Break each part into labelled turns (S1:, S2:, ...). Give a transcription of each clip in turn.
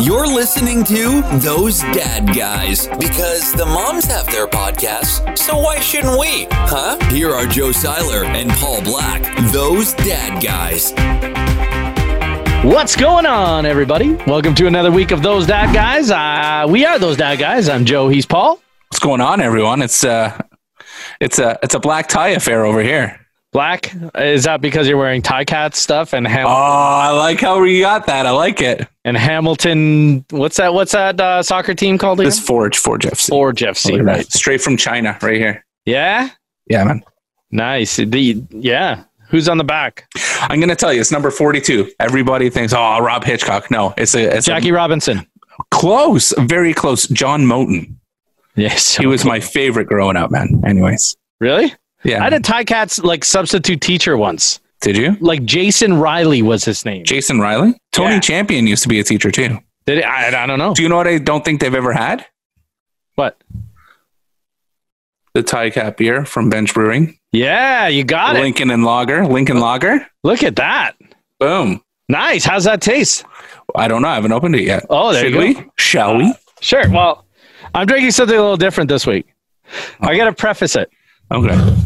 S1: listening to Those Dad Guys because the moms have their podcasts, so why shouldn't we? Huh? Here are Joe Seiler and Paul Black, Those Dad Guys.
S2: What's going on, everybody? Welcome to another week of Those Dad Guys. Uh, we are Those Dad Guys. I'm Joe. He's Paul.
S3: What's going on, everyone? It's uh, it's a it's a black tie affair over here.
S2: Black. Is that because you're wearing tie cat stuff and Ham-
S3: Oh, I like how we got that. I like it.
S2: and Hamilton? What's that? What's that uh, soccer team called again?
S3: This Forge Forge FC.
S2: Forge FC,
S3: Look at that.
S2: right?
S3: Straight from China, right here.
S2: Yeah,
S3: Yeah, man.
S2: nice. The yeah. Who's on the back?
S3: I'm gonna tell you, it's number 42. Everybody thinks, oh, Rob Hitchcock. No, it's a it's a-
S2: Jackie Robinson.
S3: close, very close. John Moten.
S2: Yes,
S3: He was my favorite growing up, man. Anyways,
S2: really.
S3: yeah.
S2: I had a tie cat's like substitute teacher once.
S3: Did you?
S2: Like Jason Riley was his name.
S3: Jason Riley, Tony
S2: Yeah.
S3: Champion used to be a teacher too.
S2: Did it, I, I don't know
S3: Do you know what I don't think they've ever had?
S2: what.
S3: The tie cap beer from Bench Brewing,
S2: Yeah, you got it. Oh.
S3: Lincoln and Lager, Lincoln Lager.
S2: Look at that.
S3: Boom.
S2: Nice. How's that taste?
S3: I don't know. I haven't opened it yet.
S2: Oh, there
S3: Should
S2: you
S3: we?
S2: go.
S3: Shall we?
S2: Sure. Well, I'm drinking something a little different this week.
S3: Oh.
S2: I got to preface it.
S3: Okay.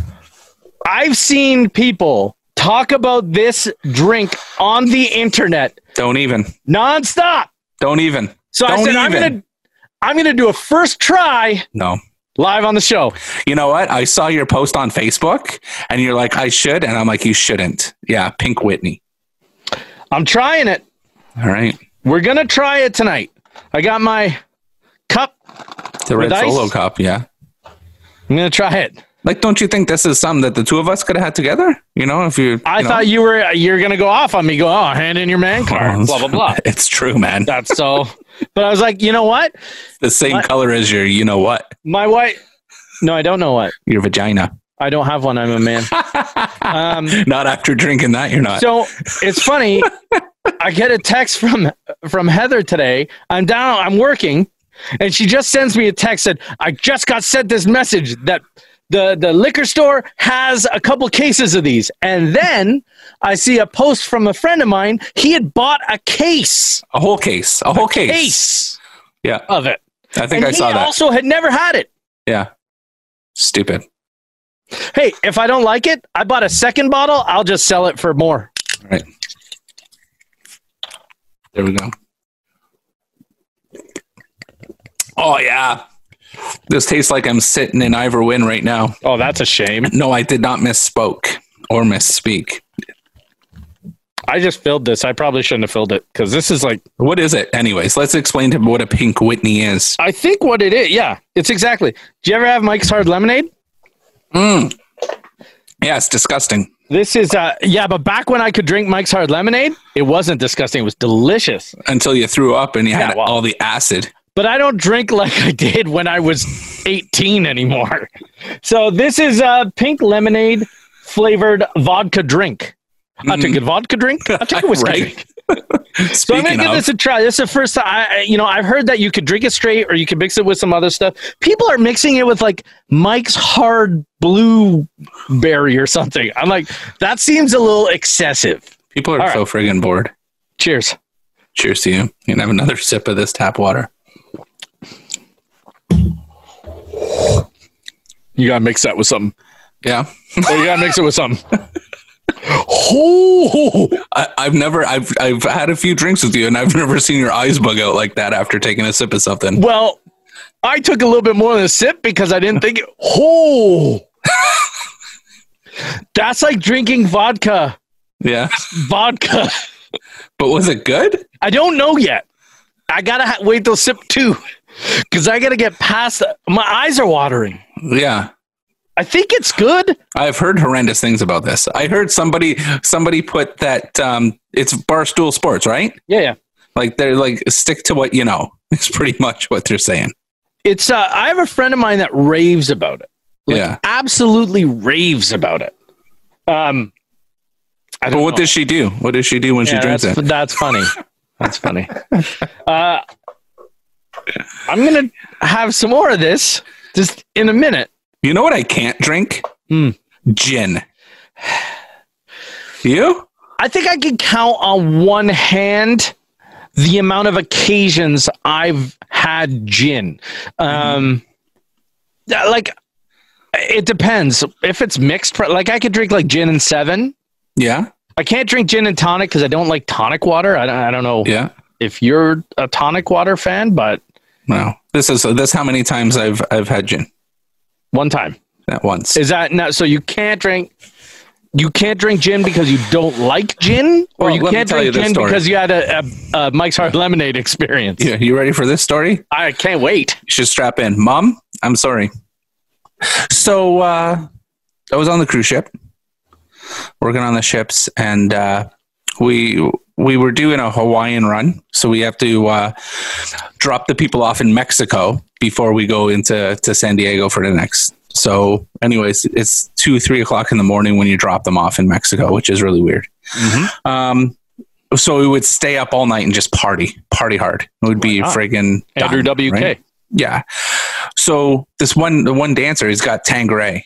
S2: I've seen people talk about this drink on the internet
S3: Don't even.
S2: nonstop.
S3: Don't even.
S2: So I
S3: Don't
S2: said I'm
S3: even.
S2: gonna I'm gonna do a first try
S3: No.
S2: live on the show.
S3: You know what? I saw your post on Facebook, and you're like, "I should," and I'm like, "You shouldn't." Yeah, Pink Whitney.
S2: I'm trying it.
S3: All right.
S2: We're gonna try it tonight. I got my cup.
S3: The
S2: With
S3: red
S2: ice?
S3: solo cup. Yeah.
S2: I'm gonna try it.
S3: Like, don't you think this is something that the two of us could have had together? You know, if you.
S2: I
S3: know?
S2: thought you were you're gonna go off on me. Go, oh, hand in your man card. Blah blah blah.
S3: It's true, man.
S2: That's so. But I was like, you know what?
S3: The same color as your, you know what,
S2: My wife. No, I don't know what.
S3: your vagina.
S2: I don't have one. I'm a man. um,
S3: Not after drinking that, you're not.
S2: so it's funny. I get a text from from Heather today. I'm down. I'm working, and she just sends me a text that I just got sent this message that the the liquor store has a couple cases of these. And then I see a post from a friend of mine. He had bought a case,
S3: a whole case. A whole case.
S2: case
S3: Yeah.
S2: of it.
S3: I think
S2: and
S3: I
S2: he
S3: saw that.
S2: also had never had it.
S3: yeah. Stupid.
S2: Hey, if I don't like it, I bought a second bottle. I'll just sell it for more.
S3: All right. There we go. Oh, yeah. This tastes like I'm sitting in Ivor Wynn right now.
S2: Oh, that's a shame.
S3: No, I did not misspoke or misspeak.
S2: I just filled this. I probably shouldn't have filled it because this is like,
S3: What is it? Anyways, let's explain to him what a pink Whitney is.
S2: I think what it is. Yeah, it's exactly. Do you ever have Mike's Hard Lemonade?
S3: Mm. Yeah, it's disgusting.
S2: This is, uh, yeah, but back when I could drink Mike's Hard Lemonade, it wasn't disgusting. It was delicious.
S3: Until you threw up and you had
S2: Yeah, well-
S3: all the acid.
S2: But I don't drink like I did when I was 18 anymore. So this is a pink lemonade flavored vodka drink. I took a vodka drink. I took a whiskey
S3: Mm. Right.
S2: drink. So I'm
S3: Speaking
S2: gonna give
S3: of,
S2: this a try. This is the first time I, I- you know, I've heard that you could drink it straight or you could mix it with some other stuff. People are mixing it with like Mike's hard blueberry or something. I'm like, that seems a little excessive.
S3: people are
S2: all
S3: so friggin' bored.
S2: Cheers.
S3: Cheers to you. You can have another sip of this tap water.
S2: You gotta mix that with something.
S3: Yeah.
S2: Oh, you gotta mix it with something.
S3: Oh, I, I've never, I've, I've had a few drinks with you, and I've never seen your eyes bug out like that after taking a sip of something.
S2: Well, I took a little bit more than a sip because I didn't think it. Oh, that's like drinking vodka.
S3: Yeah,
S2: Vodka.
S3: but was it good?
S2: I don't know yet. I gotta ha- wait till sip two because I gotta get past. My eyes are watering.
S3: Yeah,
S2: I think it's good.
S3: I've heard horrendous things about this. I heard somebody, somebody put that um, it's barstool sports, right?
S2: Yeah, yeah.
S3: Like they're like stick to what you know. It's pretty much what they're saying.
S2: It's. Uh, I have a friend of mine that raves about it.
S3: yeah,
S2: Absolutely raves about it. Um, I
S3: but
S2: don't
S3: what
S2: know.
S3: does she do? What does she do when she
S2: Yeah,
S3: drinks
S2: that's,
S3: it?
S2: that's funny. That's funny. Uh, I'm gonna have some more of this just in a minute.
S3: You know what I can't drink?
S2: Hmm.
S3: Gin. You?
S2: I think I can count on one hand the amount of occasions I've had gin. Um, yeah, Like, it depends. If it's mixed, pre- like I could drink like gin and seven.
S3: Yeah.
S2: I can't drink gin and tonic because I don't like tonic water. I don't, I don't know
S3: Yeah.
S2: if you're a tonic water fan, but
S3: No. This is this how many times I've I've had gin
S2: one time.
S3: at once.
S2: Is that not so? You can't drink. You can't drink gin because you don't like gin, or
S3: Well,
S2: you
S3: let me
S2: can't
S3: tell
S2: drink
S3: you this
S2: gin
S3: story.
S2: because you had a, a, a Mike's Hard Lemonade experience.
S3: yeah, you ready for this story?
S2: I can't wait.
S3: You should strap in. Mom, I'm sorry. So uh, I was on the cruise ship, working on the ships, and uh, we we were doing a Hawaiian run. So we have to uh, drop the people off in Mexico before we go into to San Diego for the next. So, anyways, it's two three o'clock in the morning when you drop them off in Mexico, which is really weird. Um, so we would stay up all night and just party, party hard. It would be
S2: not?
S3: friggin'
S2: Andrew
S3: done,
S2: WK.
S3: right? Yeah. So this one, the one dancer, he's got Tangeray,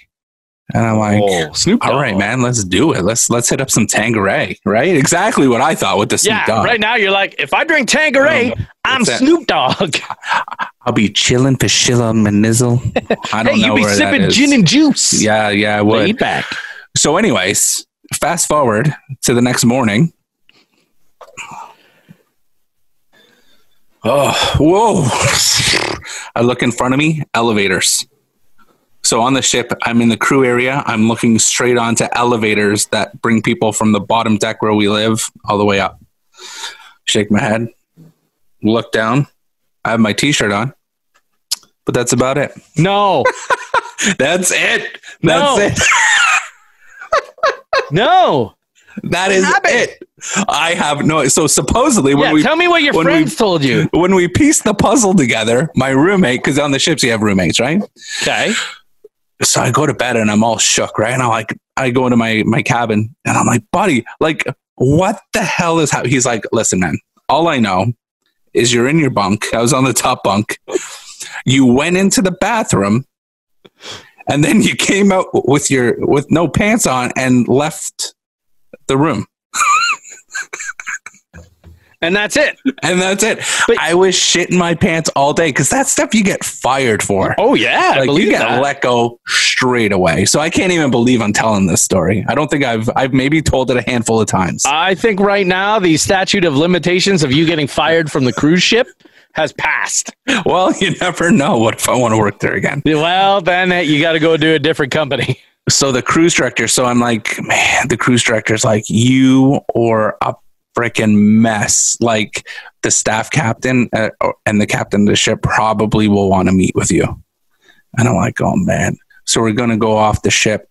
S3: and I'm like,
S2: oh, Snoop. Dogg.
S3: all right, man, let's do it. Let's let's hit up some Tangeray, right? Exactly what I thought with the Snoop
S2: Yeah,
S3: Dogg.
S2: right now you're like, if I drink Tangeray, I'm
S3: What's that?
S2: Snoop Dogg.
S3: I'll be chilling for Shilla Manizzle. I
S2: Hey,
S3: don't know
S2: you be
S3: where that
S2: sipping
S3: is.
S2: gin and juice.
S3: yeah, yeah, I would.
S2: laid back.
S3: So, anyways, fast forward to the next morning. Oh, whoa. I look in front of me, elevators. So on the ship, I'm in the crew area. I'm looking straight onto elevators that bring people from the bottom deck where we live all the way up. Shake my head, look down. I have my t shirt on, but that's about it.
S2: No,
S3: That's it. That's
S2: No.
S3: it.
S2: no.
S3: That is it. I have no. So supposedly when
S2: Yeah,
S3: we
S2: tell me what your
S3: when we-
S2: friends told you.
S3: when we pieced the puzzle together, my roommate, because on the ships you have roommates, right?
S2: Okay.
S3: So I go to bed and I'm all shook, right? And I like I go into my my cabin and I'm like, buddy, like what the hell is happening? He's like, listen, man, all I know is you're in your bunk. I was on the top bunk. You went into the bathroom. And then you came out with your with no pants on and left the room.
S2: And that's it.
S3: And that's it.
S2: But-
S3: I was shitting my pants all day because that stuff you get fired for.
S2: Oh yeah, I
S3: like
S2: believe
S3: you get
S2: that.
S3: let go straight away. So I can't even believe I'm telling this story. I don't think I've I've maybe told it a handful of times.
S2: I think right now the statute of limitations of you getting fired from the cruise ship has passed.
S3: well, you never know. What if I want to work there again?
S2: Well, then uh, you got to go do a different company.
S3: So the cruise director. So I'm like, man, the cruise director's like, you or a freaking mess. Like the staff captain uh, or- and the captain of the ship probably will want to meet with you. And I'm like, oh man. So we're gonna go off the ship.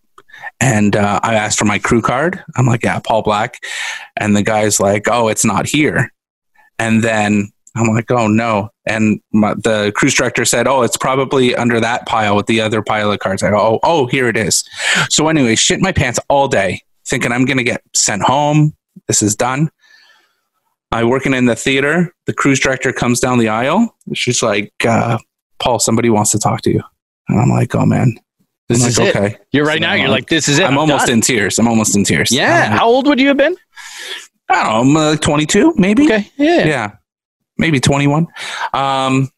S3: And uh, I asked for my crew card. I'm like, yeah, Paul Black. And the guy's like, oh, it's not here. And then I'm like, oh no. And my, the cruise director said, oh, it's probably under that pile with the other pile of cards. I go, oh, oh, here it is. So anyway, shit my pants all day, thinking I'm gonna get sent home. This is done. I working in the theater. The cruise director comes down the aisle. She's like, uh, Paul, somebody wants to talk to you. And I'm like, oh man.
S2: This
S3: I'm
S2: is
S3: like,
S2: it.
S3: okay.
S2: You're right
S3: So
S2: now.
S3: I'm
S2: You're
S3: like-
S2: like, this is it.
S3: I'm almost
S2: done.
S3: in tears. I'm almost in tears.
S2: Yeah. How old would you have been?
S3: I don't know. I'm like 22, maybe.
S2: Okay. Yeah.
S3: Yeah. Maybe 21. Um,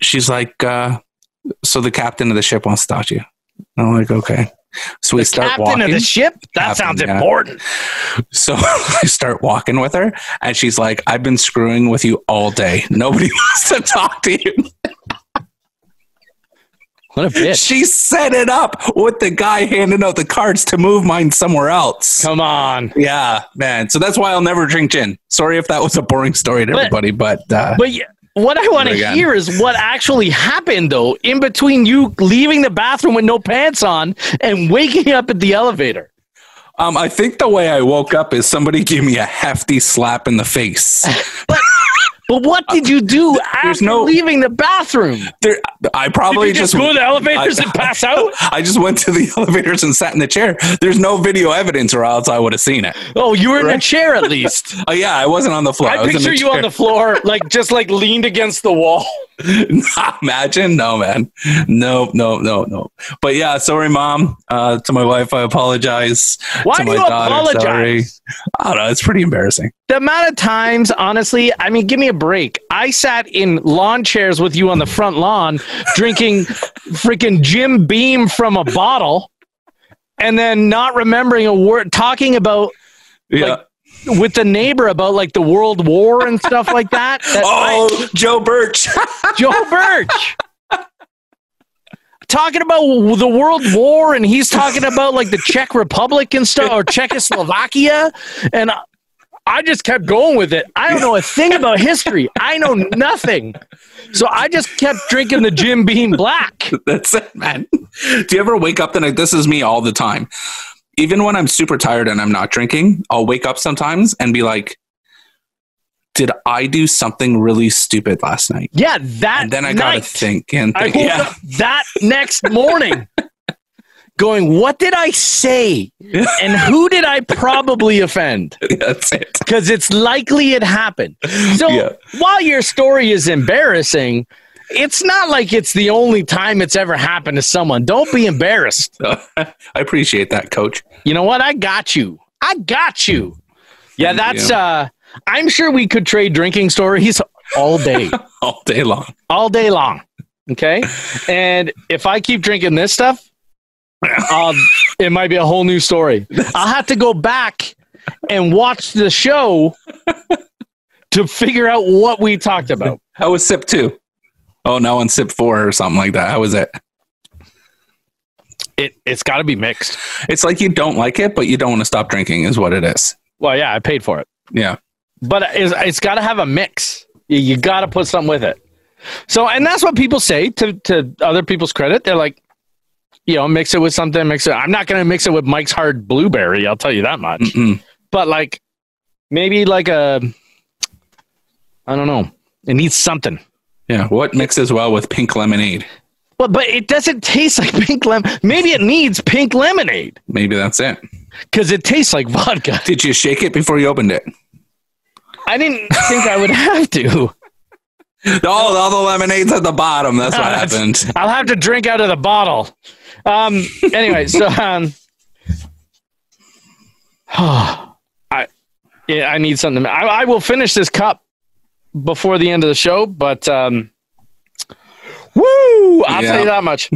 S3: she's like, uh, so the captain of the ship wants to talk to you. And I'm like, okay. So we start
S2: Captain
S3: walking.
S2: of the ship. That
S3: Captain,
S2: sounds
S3: yeah.
S2: important.
S3: so I start walking with her, and she's like, I've been screwing with you all day. Nobody wants to talk to you.
S2: What a bitch!
S3: She set it up with the guy handing out the cards to move mine somewhere else.
S2: Come on.
S3: Yeah, man. So that's why I'll never drink gin. Sorry if that was a boring story to
S2: But-
S3: everybody, but uh,
S2: But y- what I want to
S3: Again.
S2: hear is what actually happened though, in between you leaving the bathroom with no pants on and waking up at the elevator.
S3: um, I think the way I woke up is somebody gave me a hefty slap in the face.
S2: But what did you do after
S3: Uh, no-
S2: leaving the bathroom?
S3: there, I probably
S2: Did you just,
S3: just
S2: go to the elevators
S3: I-
S2: and pass out?
S3: I just went to the elevators and sat in the chair. There's no video evidence, or else I would have seen it.
S2: Oh, you were in a
S3: Right.
S2: chair at least.
S3: Oh yeah, I wasn't on the floor.
S2: I,
S3: was in
S2: picture you on the floor, like just like leaned against the wall.
S3: Nah, Imagine, no man, no, no, no, no. But yeah, sorry, mom. Uh, to my wife, I apologize.
S2: Why
S3: To
S2: do
S3: my
S2: you
S3: daughter,
S2: apologize?
S3: sorry. I don't know. It's pretty embarrassing.
S2: The amount of times, honestly, I mean, give me a break. I sat in lawn chairs with you on the front lawn, drinking freaking Jim Beam from a bottle, and then not remembering a word, talking about
S3: Yeah.
S2: Like, with the neighbor about like the World War and stuff like that. that
S3: oh, Joe Birch.
S2: I- Joe Birch. Talking about the World War, and he's talking about like the Czech Republic and stuff, or Czechoslovakia, and I- I just kept going with it. I don't know a thing about history. I know nothing, so I just kept drinking the Jim Beam Black.
S3: That's it, man. Do you ever wake up the night? This is me all the time. Even when I'm super tired and I'm not drinking, I'll wake up sometimes and be like, "Did I do something really stupid last night?"
S2: Yeah, that.
S3: And then I
S2: night.
S3: gotta think and
S2: I
S3: think.
S2: woke
S3: yeah,
S2: up that next morning going, What did I say? And who did I probably offend?
S3: that's it.
S2: Because it's likely it happened. So
S3: Yeah.
S2: while your story is embarrassing, it's not like it's the only time it's ever happened to someone. Don't be embarrassed.
S3: I appreciate that, Coach.
S2: You know what? I got you. I got you. Yeah,
S3: Thank
S2: that's
S3: you.
S2: uh I'm sure we could trade drinking stories all day.
S3: All day long.
S2: all day long. Okay. And if I keep drinking this stuff, um, it might be a whole new story. I'll have to go back and watch the show to figure out what we talked about.
S3: How was sip two? Oh, no, on sip four or something like that. How was it?
S2: It, it's got to be mixed.
S3: It's like you don't like it, but you don't want to stop drinking, is what it is.
S2: Well, yeah, I paid for it,
S3: Yeah.
S2: but it's, it's got to have a mix. You, you got to put something with it. So, and that's what people say to, to other people's credit. They're like, you know, mix it with something, mix it. I'm not going to mix it with Mike's Hard Blueberry. I'll tell you that much.
S3: Mm-mm.
S2: but like maybe like a I don't know. It needs something.
S3: Yeah. What mixes well with pink lemonade?
S2: But but it doesn't taste like pink lemon. Maybe it needs pink lemonade
S3: Maybe that's it.
S2: because it tastes like vodka.
S3: Did you shake it before you opened it?
S2: I didn't think I would have to.
S3: All, all the lemonade's at the bottom. That's what
S2: that's-
S3: happened.
S2: I'll have to drink out of the bottle. Um. Anyway, so um. I yeah, I need something. I, I will finish this cup before the end of the show, but um. Woo! I'll tell
S3: Yeah.
S2: you that much.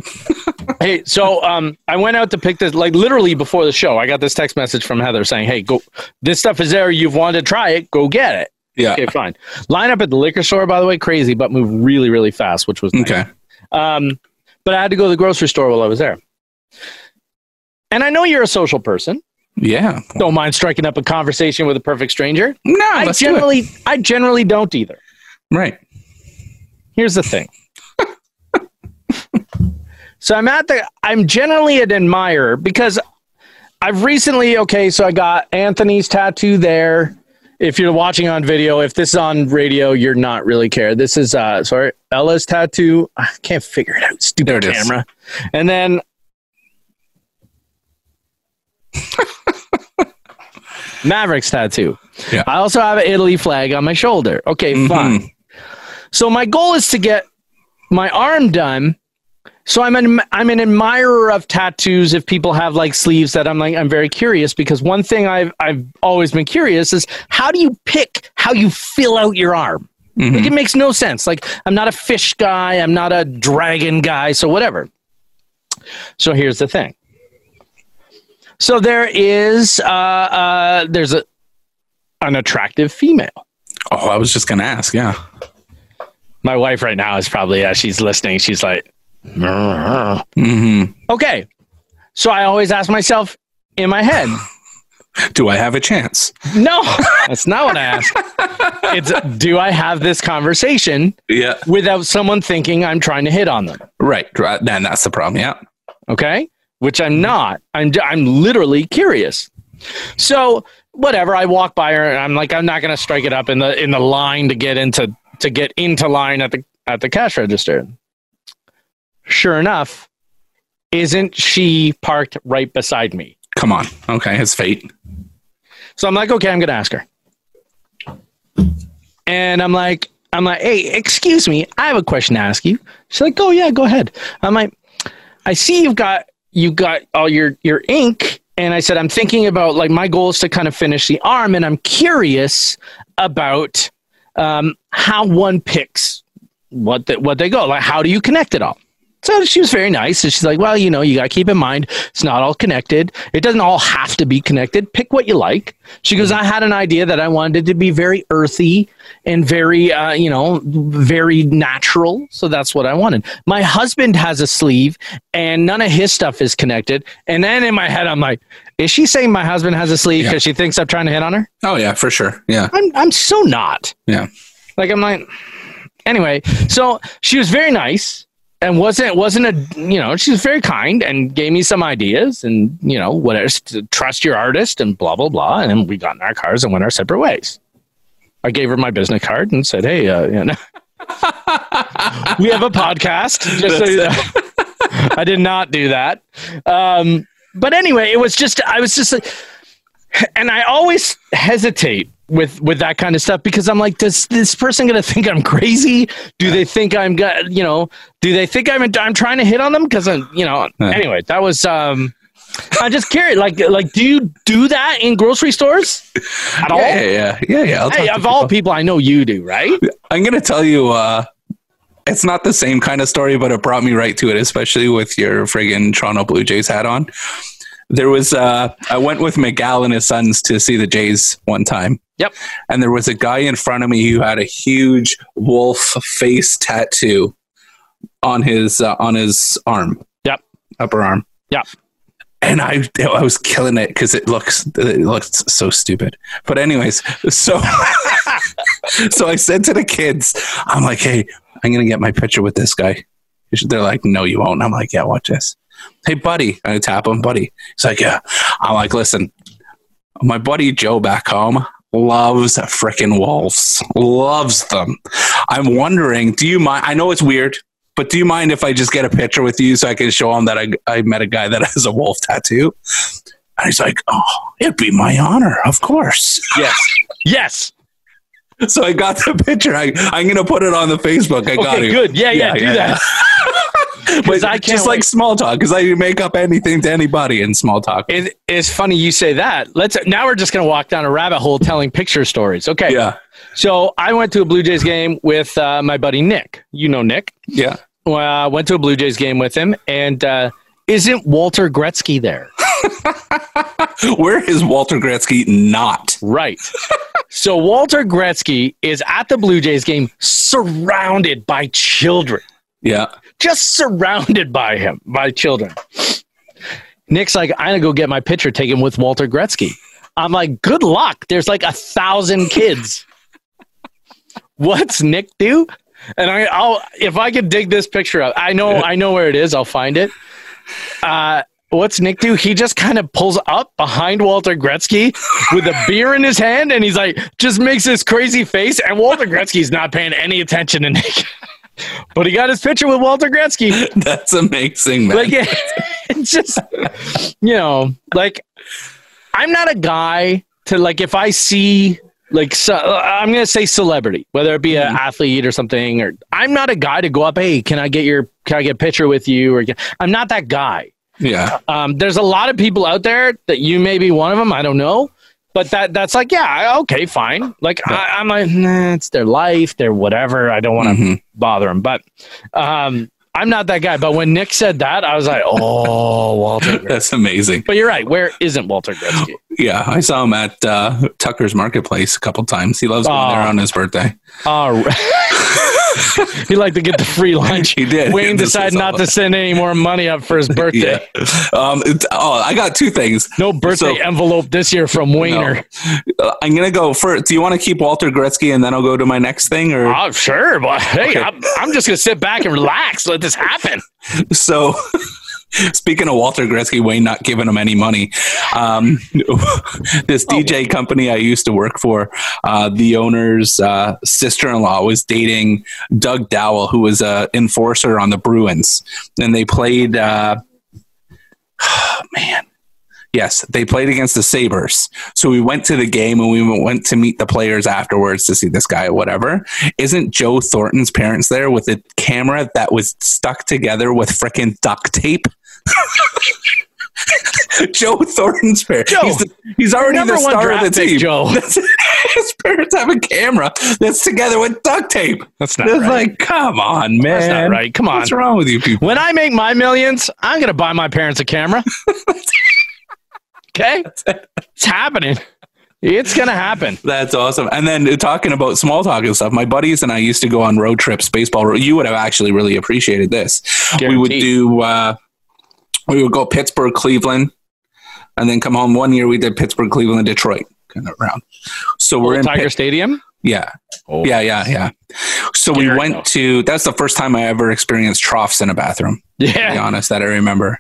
S2: hey, so um, I went out to pick this like literally before the show. I got this text message from Heather saying, "Hey, go. This stuff is there. You've wanted to try it. Go get it."
S3: Yeah.
S2: Okay, fine. Line up at the liquor store, by the way, crazy, but moved really, really fast, which was nice.
S3: Okay.
S2: Um, but I had to go to the grocery store while I was there. And I know you're a social person.
S3: Yeah.
S2: Don't mind striking up a conversation with a perfect stranger.
S3: No,
S2: I
S3: let's do it.
S2: generally, I generally don't either.
S3: Right.
S2: Here's the thing. so I'm at the. I'm generally an admirer because I've recently. Okay, so I got Anthony's tattoo there. If you're watching on video, if this is on radio, you're not really care. This is uh sorry, Ella's tattoo. I can't figure it out. Stupid
S3: There it is.
S2: camera. And then Mavericks tattoo.
S3: Yeah.
S2: I also have an Italy flag on my shoulder. Okay, fine.
S3: Mhm.
S2: So my goal is to get my arm done. So I'm an I'm an admirer of tattoos. If people have like sleeves that I'm like I'm very curious because one thing I've I've always been curious is how do you pick how you fill out your arm?
S3: Mm-hmm.
S2: Like it makes no sense. Like I'm not a fish guy. I'm not a dragon guy. So whatever. So here's the thing. So there is uh, uh, there's a an attractive female.
S3: Oh, I was just going to ask. Yeah.
S2: my wife right now is probably uh, she's listening she's like
S3: hmm
S2: okay so i always ask myself in my head
S3: Do I have a chance?
S2: no that's not what i ask it's do i have this conversation
S3: Yeah.
S2: without someone thinking i'm trying to hit on them
S3: Right. right. Then that's the problem. Yeah.
S2: okay which i'm not i'm i'm literally curious so whatever i walk by her and i'm like i'm not going to strike it up in the in the line to get into to get into line at the at the cash register sure enough, isn't she parked right beside me?
S3: Come on. Okay, it's fate.
S2: So I'm like, okay, I'm gonna ask her. And I'm like, I'm like, hey, excuse me, I have a question to ask you. She's like, oh yeah, go ahead. I'm like, I see you've got you got all your your ink, and I said I'm thinking about like my goal is to kind of finish the arm, and I'm curious about um, how one picks what the, what they go like. How do you connect it all? So she was very nice, and she's like, well, you know, you got to keep in mind it's not all connected. It doesn't all have to be connected. Pick what you like. She goes, I had an idea that I wanted it to be very earthy and very, uh, you know, very natural. So that's what I wanted. My husband has a sleeve and none of his stuff is connected. And then in my head, I'm like, is she saying my husband has a sleeve because she thinks I'm trying to hit on her?
S3: Oh yeah, for sure. Yeah.
S2: I'm, I'm so not.
S3: Yeah.
S2: Like, I'm like, anyway. So she was very nice and wasn't wasn't a you know she was very kind and gave me some ideas and you know whatever to trust your artist and blah blah blah and then we got in our cars and went our separate ways i gave her my business card and said hey uh, you know, we have a podcast just so you know. i did not do that um, but anyway it was just i was just like- and i always hesitate with with that kind of stuff because i'm like does this person gonna think i'm crazy do they think i'm go- you know do they think i'm i'm trying to hit on them because i'm you know
S3: Yeah.
S2: anyway that was um i'm just curious like like do you do that in grocery stores at all
S3: Yeah, yeah, yeah, yeah. I'll talk
S2: hey
S3: to
S2: of all people i know you do right
S3: I'm gonna tell you, uh, it's not the same kind of story, but it brought me right to it, especially with your friggin' Toronto Blue Jays hat on. There was, uh, I went with McGall and his sons to see the Jays one time.
S2: Yep.
S3: And there was a guy in front of me who had a huge wolf face tattoo on his uh, on his arm.
S2: Yep.
S3: Upper arm.
S2: Yep.
S3: And I, I was killing it because it looks it looks so stupid. But anyways, so so I said to the kids, I'm like, hey, I'm gonna get my picture with this guy. They're like, no, you won't. I'm like, yeah, watch this. Hey, buddy. I tap him, buddy. He's like, yeah. I'm like, listen, my buddy Joe back home loves frickin' wolves, loves them. I'm wondering, do you mind? I know it's weird, but do you mind if I just get a picture with you so I can show him that I, I met a guy that has a wolf tattoo? And he's like, oh, it'd be my honor, of course.
S2: yes yes
S3: So I got the picture. I, I'm going to put it on the Facebook. I got
S2: okay
S3: it.
S2: good yeah yeah,
S3: Yeah,
S2: do
S3: yeah,
S2: that
S3: But
S2: 'Cause I can't
S3: just like
S2: wait.
S3: small talk, because I didn't make up anything to anybody in small talk.
S2: It, it's funny you say that. Let's now we're just going to walk down a rabbit hole telling picture stories. Okay.
S3: Yeah.
S2: So I went to a Blue Jays game with uh, my buddy Nick. You know Nick.
S3: Yeah.
S2: Well, I went to a Blue Jays game with him, and uh, isn't Walter Gretzky there?
S3: Where is Walter Gretzky not?
S2: Right. so Walter Gretzky is at the Blue Jays game, surrounded by children.
S3: Yeah.
S2: just surrounded by him, by children. Nick's like, I'm gonna go get my picture taken with Walter Gretzky. I'm like, good luck. There's like a thousand kids. What's Nick do? And I, I'll if I could dig this picture up, I know I know where it is. I'll find it. Uh, what's Nick do? He just kind of pulls up behind Walter Gretzky with a beer in his hand, and he's like, just makes this crazy face. And Walter Gretzky's not paying any attention to Nick. But he got his picture with Walter Gretzky.
S3: That's amazing, man.
S2: Like it, it's just you know, like I'm not a guy to like if I see like so, I'm gonna say celebrity, whether it be an athlete or something, or I'm not a guy to go up. Hey, can I get your can I get a picture with you? Or I'm not that guy.
S3: yeah.
S2: Um, there's a lot of people out there that you may be one of them. I don't know, but that that's like yeah, I- okay, fine. Like I, I'm like nah, it's their life, their whatever. I don't want to
S3: Mhm.
S2: bother him. But um, I'm not that guy. But when Nick said that, I was like, oh, Walter. Gretzky.
S3: That's amazing.
S2: But you're right. Where isn't Walter Gretzky?
S3: Yeah. I saw him at uh, Tucker's Marketplace a couple times. He loves going there
S2: Aw.
S3: on his birthday.
S2: Oh, he liked to get the free lunch.
S3: He did.
S2: Wayne
S3: This
S2: decided
S3: was
S2: not
S3: all-
S2: to send any more money up for his birthday.
S3: Yeah. Um, it's, oh, I got two things.
S2: No birthday
S3: So-
S2: envelope this year from Wayner.
S3: Uh, I'm going to go first. Do you want to keep Walter Gretzky and then I'll go to my next thing? Or
S2: Oh, sure, but hey,
S3: Okay.
S2: I'm, I'm just gonna sit back and relax. Let this happen.
S3: So Speaking of Walter Gretzky, Wayne not giving him any money. Um, this DJ company I used to work for, uh, the owner's uh, sister-in-law was dating Doug Dowell, who was a enforcer on the Bruins, and they played. Uh, man, yes, they played against the Sabers. So we went to the game and we went to meet the players afterwards to see this guy, or whatever. Isn't Joe Thornton's parents there with a camera that was stuck together with frickin' duct tape? Joe Thornton's parents.
S2: Joe,
S3: he's, the- he's already
S2: number
S3: the
S2: one
S3: star of the
S2: draft pick,
S3: team.
S2: Joe.
S3: That's- his parents have a camera that's together with duct tape.
S2: That's
S3: It's like, come on, man.
S2: That's not right. Come on.
S3: What's wrong with you people?
S2: When I make my millions, I'm gonna buy my parents a camera. okay, it's happening. It's gonna happen.
S3: That's awesome. And then uh, talking about small talk and stuff, my buddies and I used to go on road trips, baseball. ro- You would have actually really appreciated this. We would
S2: Guaranteed.
S3: do, uh, we would go Pittsburgh, Cleveland, and then come home. One year we did Pittsburgh, Cleveland, Detroit kind of round. So we're
S2: Old
S3: in
S2: Tiger
S3: Pit-
S2: Stadium.
S3: yeah,
S2: Oh.
S3: yeah, yeah, yeah. So we
S2: There you
S3: went
S2: go.
S3: to. That's the first time I ever experienced troughs in a bathroom to be
S2: Yeah,
S3: honest, that I remember.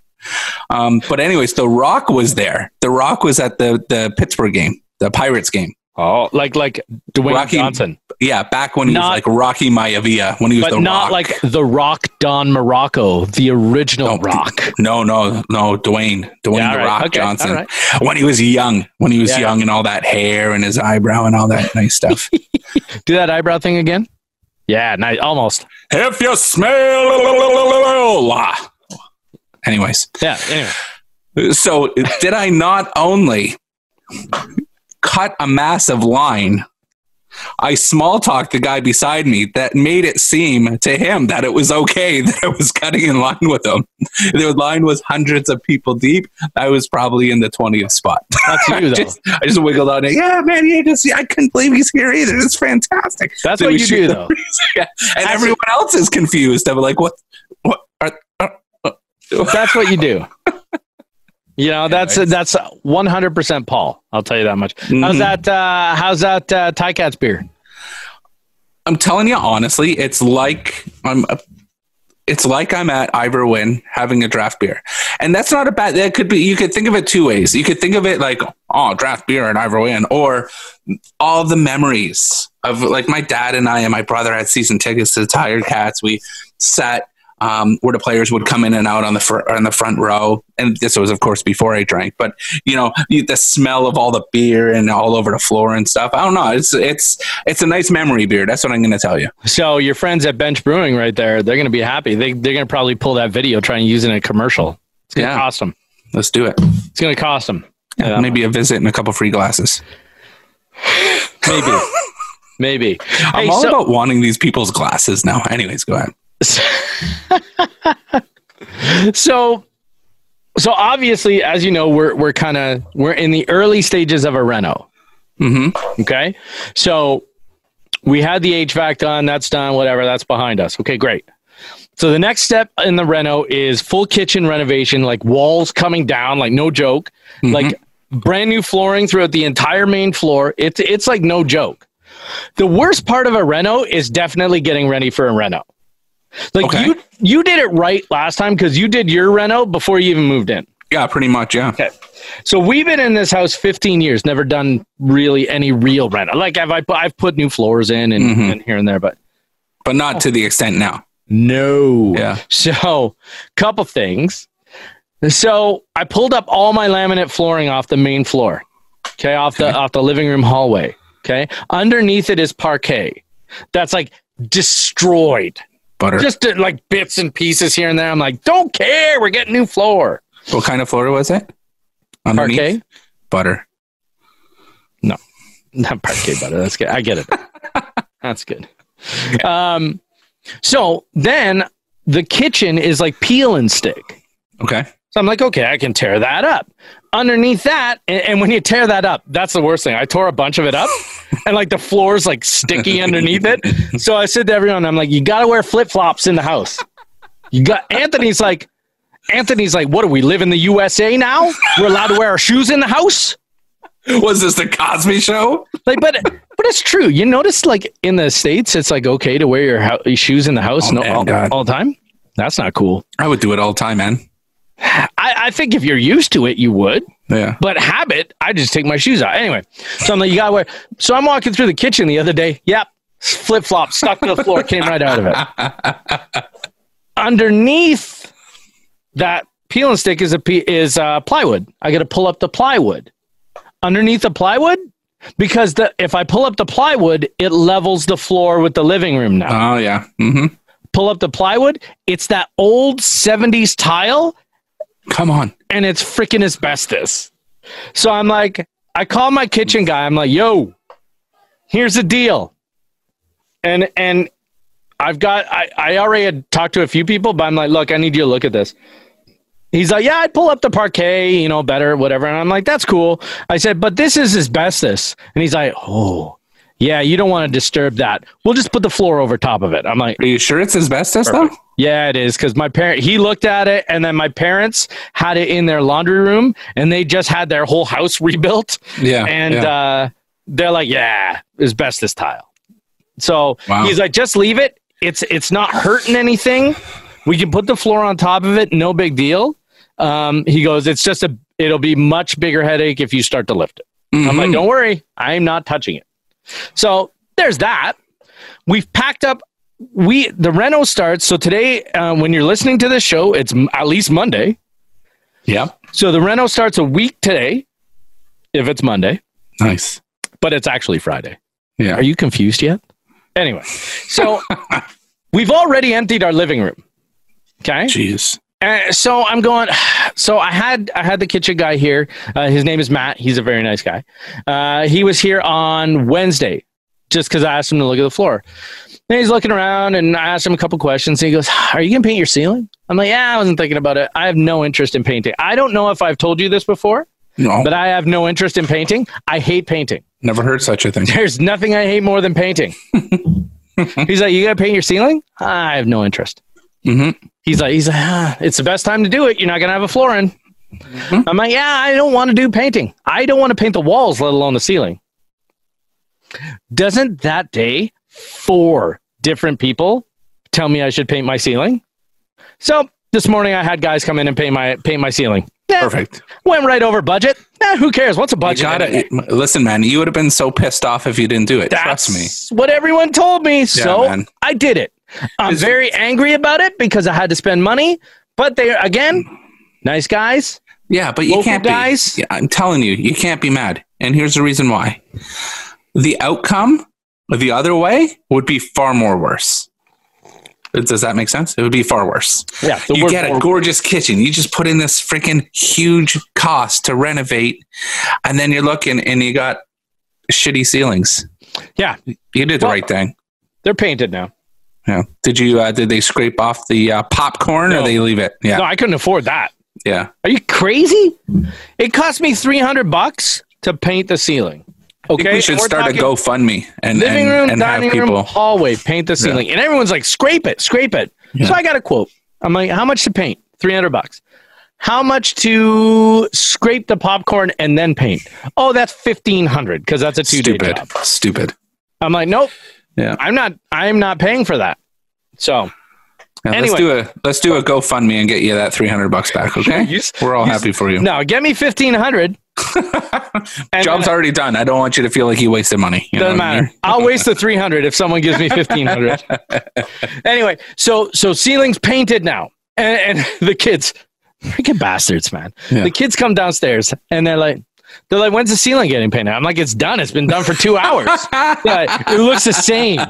S3: Um, but anyways, The Rock was there. The Rock was at the the Pittsburgh game, the Pirates game.
S2: oh, like like Dwayne
S3: Rocky-
S2: Johnson,
S3: Yeah, back when he
S2: Not-
S3: was like Rocky Maivia, when he was
S2: but
S3: The
S2: not
S3: Rock.
S2: like the Rock Don Morocco, the original
S3: No, d-
S2: Rock.
S3: no, no, no, Dwayne, Dwayne
S2: Yeah, all
S3: The
S2: right.
S3: Rock
S2: Okay,
S3: Johnson.
S2: all right.
S3: When he was young, when he was
S2: Yeah.
S3: young, and all that hair and his eyebrow and all that nice stuff.
S2: Do that eyebrow thing again. Yeah, nice. Almost.
S3: if you smell, anyways.
S2: Yeah. Anyway,
S3: So did I not only cut a massive line, I small talked the guy beside me that made it seem to him that it was okay that I was cutting in line with him. The line was hundreds of people deep. I was probably in the twentieth spot.
S2: that's you though.
S3: Just- I just wiggled out. And, yeah, man, he just, I couldn't believe he's here either. It's fantastic.
S2: that's
S3: Then
S2: what
S3: we
S2: you
S3: shoot
S2: do
S3: the
S2: though.
S3: breeze. Yeah. and everyone else is confused. They're like, what? What? Are,
S2: That's what you do. You know, that's
S3: Anyways.
S2: that's 100% Paul. I'll tell you that much. How's
S3: Mhm.
S2: that? Uh, how's that? Uh, Ty Cat's beer.
S3: I'm telling you honestly, it's like I'm. It's like I'm at Iverwin having a draft beer, and that's not a bad. That could be. You could think of it two ways. You could think of it like, oh, draft beer and Iverwin, or all the memories of like my dad and I and my brother had season tickets to the Tired Cats. We sat um, where the players would come in and out on the fr- on the front row, and this was of course before I drank. But you know, you- the smell of all the beer and all over the floor and stuff. I don't know. It's it's it's a nice memory beer. That's what I'm going to tell you.
S2: So your friends at Bench Brewing right there, they're going to be happy. They, they're going to probably pull that video, trying to use it in a commercial. It's going to
S3: Yeah.
S2: cost them.
S3: Let's do it.
S2: It's going to cost them. Yeah.
S3: Maybe a visit and a couple free glasses.
S2: Maybe. Maybe.
S3: I'm
S2: Hey,
S3: all
S2: so-
S3: about wanting these people's glasses now. Anyways, go ahead.
S2: so so obviously as you know we're we're kind of we're in the early stages of a reno
S3: Mhm.
S2: okay so we had the hvac done that's done whatever that's behind us okay great so the next step in the reno is full kitchen renovation like walls coming down like no joke like brand new flooring throughout the entire main floor it's it's like no joke the worst part of a reno is definitely getting ready for a reno like
S3: Okay.
S2: you you did it right last time because you did your reno before you even moved in
S3: Yeah, pretty much. Yeah.
S2: Okay. So we've been in this house 15 years, never done really any real reno. Like I've I, I've put new floors in and,
S3: Mhm.
S2: and here and there, but
S3: But not to the extent now.
S2: no.
S3: Yeah.
S2: So, couple things. So I pulled up all my laminate flooring off the main floor. Okay, off the off the living room hallway. Okay, underneath it is parquet. That's like destroyed,
S3: Butter.
S2: just uh, like bits and pieces here and there. I'm like, don't care. We're getting new floor.
S3: what kind of floor was it? Underneath?
S2: Parquet.
S3: Butter.
S2: not parquet butter. That's good. I get it. That's good. Um, so then the kitchen is like peel and stick.
S3: Okay.
S2: So I'm like, okay, I can tear that up. Underneath that, and, and when you tear that up, that's the worst thing. I tore a bunch of it up, and like the floor's like sticky underneath it. So I said to everyone, I'm like, you gotta wear flip flops in the house. You got Anthony's like, Anthony's like, what do we live in the USA now? We're allowed to wear our shoes in the house.
S3: Was this the Cosby Show?
S2: like but but it's true you notice like in the states it's like okay to wear your, ho- your shoes in the house
S3: Oh,
S2: no,
S3: man,
S2: all,
S3: God.
S2: all the time that's not cool
S3: I would do it all the time, man.
S2: I, I think if you're used to it, you would.
S3: Yeah.
S2: But habit, I just take my shoes out anyway. So I'm like, you gotta wear. So I'm walking through the kitchen the other day. Yep, flip flop stuck to the floor, came right out of it. Underneath that peel and stick is a pe- is uh, plywood. I gotta pull up the plywood. Underneath the plywood, because the if I pull up the plywood, it levels the floor with the living room now
S3: Oh yeah. Mm-hmm.
S2: pull up the plywood, it's that old 70s tile
S3: Come on.
S2: and it's freaking asbestos. So I'm like, I call my kitchen guy. I'm like, yo, here's the deal. And, and, I've got, I, I already had talked to a few people, but I'm like, look, I need you to look at this. He's like, yeah, I'd pull up the parquet, you know, better, whatever. And I'm like, that's cool. I said, but this is asbestos. And he's like, oh, yeah, you don't want to disturb that. We'll just put the floor over top of it. I'm like,
S3: Are you sure it's asbestos though?
S2: yeah, it is because my parent he looked at it, and then my parents had it in their laundry room, and they just had their whole house rebuilt,
S3: Yeah.
S2: and
S3: yeah.
S2: uh, they're like, "Yeah, it's best this tile." So
S3: Wow.
S2: he's like, "Just leave it. It's it's not hurting anything. We can put the floor on top of it. No big deal." Um, he goes, "It's just a. It'll be much bigger headache if you start to lift it."
S3: Mhm.
S2: I'm like, don't worry, I'm not touching it. So there's that. We've packed up. We the reno starts. So today, uh, when you're listening to this show, it's m- at least Monday.
S3: Yep.
S2: So the reno starts a week today, if it's Monday,
S3: Nice.
S2: but it's actually Friday.
S3: Yeah.
S2: Are you confused yet? Anyway, so we've already emptied our living room. Okay.
S3: Jeez.
S2: Uh, so I'm going. So I had I had the kitchen guy here. Uh, his name is Matt. He's a very nice guy. Uh, he was here on Wednesday, just because I asked him to look at the floor. And he's looking around, and I asked him a couple questions. And he goes, "Are you gonna paint your ceiling?" I'm like, "Yeah, I wasn't thinking about it. I have no interest in painting. I don't know if I've told you this before,
S3: No.
S2: but I have no interest in painting. I hate painting.
S3: never heard such a thing.
S2: There's nothing I hate more than painting." he's like, "You gotta paint your ceiling? "Ah, I have no interest."
S3: hmm
S2: he's like, he's like, ah, it's the best time to do it. You're not gonna have a floor in.
S3: Mm-hmm.
S2: I'm like, yeah, I don't want to do painting. I don't want to paint the walls, let alone the ceiling. Doesn't that day four different people tell me I should paint my ceiling? So this morning I had guys come in and paint my paint my ceiling. Eh,
S3: Perfect.
S2: Went right over budget. Eh, who cares? What's a
S3: You
S2: budget?
S3: gotta listen, man. You would have been so pissed off if you didn't do it. Trust me.
S2: That's what everyone told me. so
S3: man.
S2: I did it. I'm
S3: Is it-
S2: very angry about it because I had to spend money. But they again, nice guys.
S3: Yeah, but you
S2: Local
S3: can't
S2: guys?
S3: be. Yeah, I'm telling you, you can't be mad. And here's the reason why: the outcome the other way would be far more worse. Does that make sense? It would be far worse.
S2: Yeah, the
S3: you
S2: word
S3: get a
S2: for-
S3: gorgeous kitchen. You just put in this freaking huge cost to renovate, and then you're looking and you got shitty ceilings.
S2: yeah,
S3: You did the
S2: Well-
S3: right thing.
S2: they're painted now.
S3: Yeah. Did you? Uh, did they scrape off the uh, popcorn,
S2: No.
S3: or they leave it? Yeah.
S2: No, I couldn't afford that.
S3: Yeah.
S2: Are you crazy? It cost me 300 bucks to paint the ceiling.
S3: I
S2: Okay,
S3: think we should
S2: And we're
S3: start a
S2: talking
S3: GoFundMe and
S2: Living
S3: and,
S2: room,
S3: and have
S2: dining room,
S3: people.
S2: hallway, paint the ceiling, and everyone's like, "Scrape it, scrape it."
S3: Yeah.
S2: So I got a quote. I'm like, "How much to paint? 300 bucks. How much to scrape the popcorn and then paint? Oh, that's 1500 because that's a two day
S3: Stupid.
S2: job."
S3: Stupid.
S2: I'm like, "Nope,
S3: Yeah.
S2: I'm not. I'm not paying for that." So
S3: Yeah,
S2: Anyway.
S3: Let's do a let's do a GoFundMe and get you that three hundred bucks back. Okay,
S2: You s-
S3: we're all
S2: you s-
S3: happy for you.
S2: no, get me 1500. and
S3: Job's
S2: then-
S3: already done. I don't want you to feel like you wasted money. You know
S2: doesn't
S3: what I mean?
S2: matter. I'll waste the 300 if someone gives me 1500. anyway, so so ceilings painted now. And, and the kids freaking bastards, man.
S3: Yeah.
S2: The kids come downstairs and they're like they're like when's the ceiling getting painted? I'm like it's done. It's been done for 2 hours. They're like, it looks the same.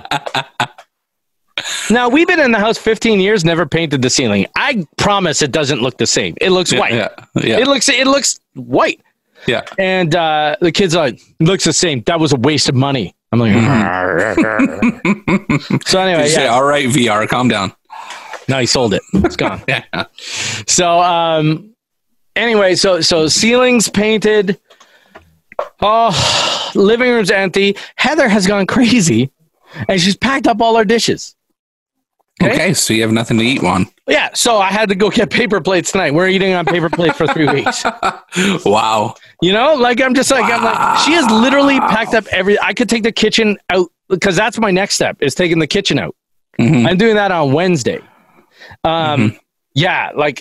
S2: Now we've been in the house 15 years, never painted the ceiling. I promise it doesn't look the same. It looks white.
S3: Yeah, yeah,
S2: It looks it looks white.
S3: yeah.
S2: And uh, the kid's like, looks the same. That was a waste of money. I'm like, so
S3: You
S2: anyway,
S3: say, "Oh."
S2: yeah.
S3: all right, VR, calm down.
S2: No, he sold it. It's gone.
S3: Yeah,
S2: so um, anyway, so so ceilings painted. Oh, living room's empty. Heather has gone crazy, and she's packed up all her dishes.
S3: Okay. so you have nothing to eat, Juan.
S2: Yeah, so I had to go get paper plates tonight. We're eating on paper plates for three weeks.
S3: Wow.
S2: You know, like I'm just like I'm like she has literally packed up every. I could take the kitchen out because that's my next step is taking the kitchen out.
S3: Mhm. Mm-hmm.
S2: I'm doing that on Wednesday. Um, yeah, like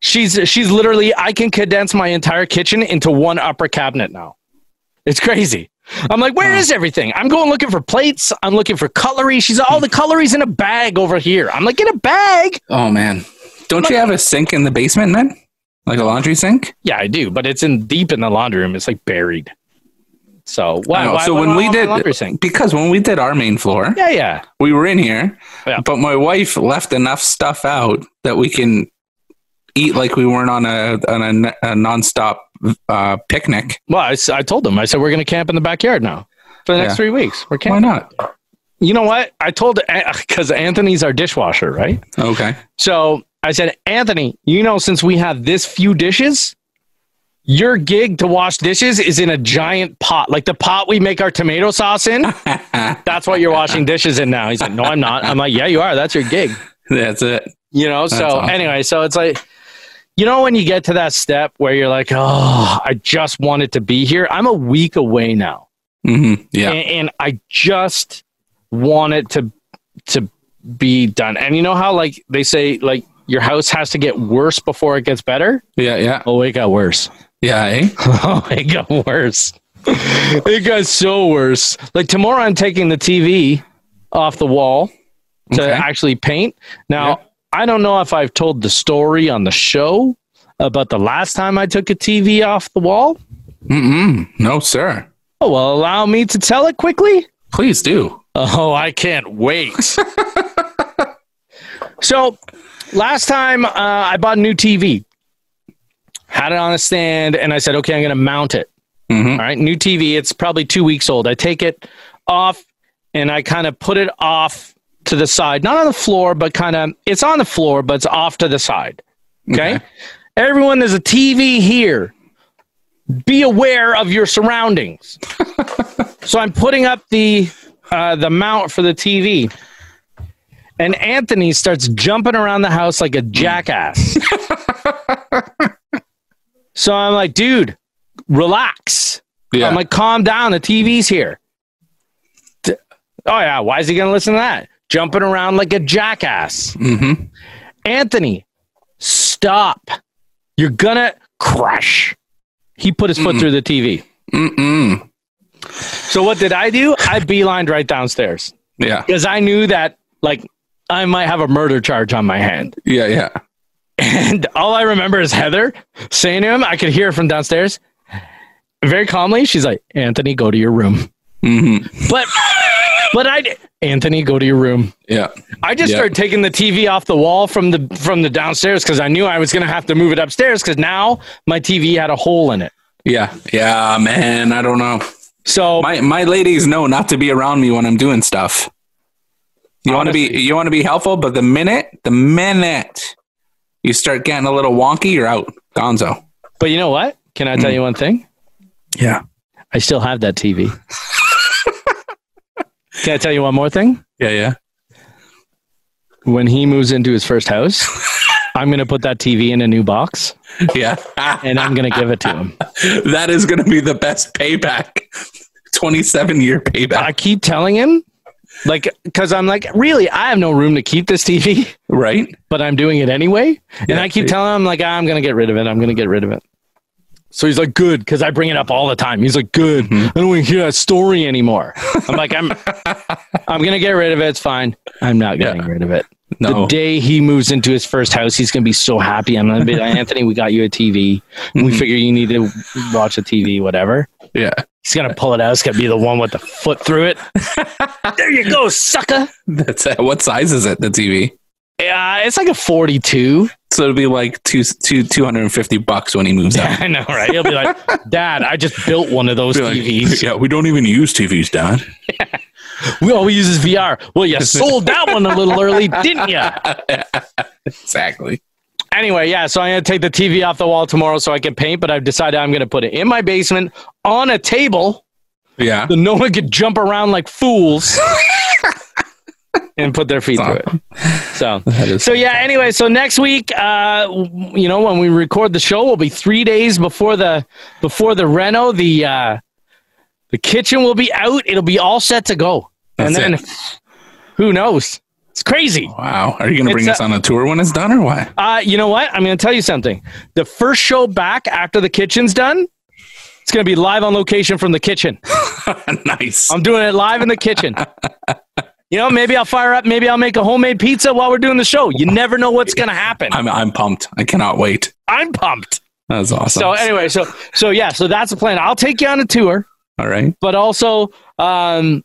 S2: She's she's literally I can condense my entire kitchen into one upper cabinet now. It's crazy. I'm like, where is everything? I'm going looking for plates. I'm looking for cutlery. She's all the cutlery's in a bag over here. I'm like, in a bag?
S3: Oh man, don't you have a sink in the basement then? Like a laundry sink?
S2: Yeah, I do, but it's in deep in the laundry room. It's like buried. So
S3: I
S2: why?
S3: know.
S2: why
S3: so
S2: why
S3: when
S2: would I
S3: we
S2: want my laundry
S3: did,
S2: sink?
S3: because when we did our main floor,
S2: yeah, yeah,
S3: we were in here,
S2: Yeah.
S3: but my wife left enough stuff out that we can eat like we weren't on a on a, a nonstop uh, picnic.
S2: Well, I, s- I told them. I said we're going to camp in the backyard now for the next
S3: Yeah.
S2: three weeks. We're
S3: Why
S2: camping.
S3: not?
S2: You know what? I told because Anthony's our dishwasher, right?
S3: Okay.
S2: So I said, Anthony, you know, since we have this few dishes, your gig to wash dishes is in a giant pot, like the pot we make our tomato sauce in. That's what you're washing dishes in now. He's like, No, I'm not. I'm like, Yeah, you are. That's your gig.
S3: That's it.
S2: You know, so
S3: That's awesome.
S2: anyway, so it's like, you know, when you get to that step where you're like, Oh, I just wanted to be here. I'm a week away now
S3: hmm Yeah.
S2: and, and I just want it to to be done. And you know how like they say like your house has to get worse before it gets better.
S3: Yeah. Yeah.
S2: Oh, it got worse.
S3: Yeah. Eh?
S2: oh, it got worse. it got so worse. Like tomorrow, I'm taking the TV off the wall to
S3: Okay.
S2: actually paint. Now,
S3: Yeah.
S2: I don't know if I've told the story on the show about the last time I took a TV off the wall.
S3: Mm-mm. No, sir.
S2: Oh, well, allow me to tell it quickly.
S3: Please do.
S2: Oh, I can't wait. so, last time uh, I bought a new TV, had it on a stand, and I said, okay, I'm going to mount it.
S3: hmm
S2: All right, new TV. It's probably two weeks old. I take it off and I kind of put it off to the side, not on the floor, but kind of it's on the floor, but it's off to the side. Okay?
S3: Okay.
S2: Everyone, there's a TV here. Be aware of your surroundings. so I'm putting up the uh, the mount for the TV. And Anthony starts jumping around the house like a jackass. so I'm like, dude, relax.
S3: Yeah.
S2: I'm like, calm down. The TV's here. D- Oh, yeah. Why is he going to listen to that? Jumping around like a jackass.
S3: mm-hmm.
S2: Anthony, stop. You're going to crush. He put his foot through the TV.
S3: Mm-mm.
S2: So, what did I do? I beelined right downstairs
S3: Yeah.
S2: because I knew that, like, I might have a murder charge on my hand.
S3: Yeah. Yeah.
S2: And all I remember is Heather saying to him, I could hear it from downstairs very calmly. She's like, Anthony, go to your room.
S3: Mm-hmm.
S2: But but I Anthony, go to your room.
S3: Yeah.
S2: I just
S3: Yeah.
S2: started taking the TV off the wall from the from the downstairs because I knew I was gonna have to move it upstairs because now my TV had a hole in it.
S3: Yeah. Yeah. Man, I don't know.
S2: So
S3: my my ladies know not to be around me when I'm doing stuff. You want to be you want to be helpful, but the minute the minute you start getting a little wonky, you're out, Gonzo.
S2: but you know what? Can I
S3: Mm.
S2: tell you one thing?
S3: Yeah,
S2: I still have that TV. Can I tell you one more thing?
S3: yeah, yeah.
S2: When he moves into his first house, I'm gonna put that TV in a new box
S3: Yeah,
S2: and I'm gonna give it to him.
S3: that is going to be the best payback. Twenty-seven year payback,
S2: I keep telling him, like, because I'm like, really, I have no room to keep this TV.
S3: right?
S2: but I'm doing it anyway. and
S3: Yeah,
S2: I keep
S3: see.
S2: telling him like "Ah, I'm gonna get rid of it. I'm gonna get rid of it. So he's like, good, because I bring it up all the time. He's like, good.
S3: Mm-hmm.
S2: I don't want to hear that story anymore. I'm like, I'm, I'm gonna get rid of it. It's fine. I'm not getting rid of it. The
S3: No,
S2: day he moves into his first house, he's gonna be so happy. I'm gonna be like, Anthony, we got you a TV. We
S3: Mm-hmm.
S2: figure you need to watch a TV, whatever.
S3: yeah,
S2: He's gonna pull it out. It's gonna be the one with the foot through it. there you go, sucker.
S3: that's it. What size is it? The TV.
S2: Yeah, it's like a 42.
S3: So it'll be like two two two hundred and fifty bucks when he moves out.
S2: I know, right? He'll be like, Dad, I just built one of those
S3: Be like,
S2: TVs.
S3: yeah, we don't even use TVs, Dad.
S2: We all we use is VR. Well, you sold that one a little early, didn't you?
S3: Exactly.
S2: Anyway, yeah, so I'm going to take the TV off the wall tomorrow so I can paint, but I've decided I'm going to put it in my basement on a table
S3: Yeah.
S2: so no one could jump around like fools and put their feet through it. So.
S3: That is-
S2: So yeah. Anyway, so next week, uh, w- you know, when we record the show, will be three days before the before the reno. The uh, the kitchen will be out. It'll be all set to go,
S3: That's
S2: and then who knows? It's crazy.
S3: Wow. Are you going to bring
S2: It's
S3: this on a tour when it's done or what?
S2: Uh, you know what? I'm going to tell you something. The first show back after the kitchen's done, it's going to be live on location from the kitchen.
S3: nice.
S2: I'm doing it live in the kitchen. You know, maybe I'll fire up. Maybe I'll make a homemade pizza while we're doing the show. You never know what's going to happen.
S3: I'm, I'm pumped. I cannot wait.
S2: I'm pumped.
S3: That's awesome.
S2: So anyway, so so yeah, so that's the plan. I'll take you on a tour,
S3: All right.
S2: but also um,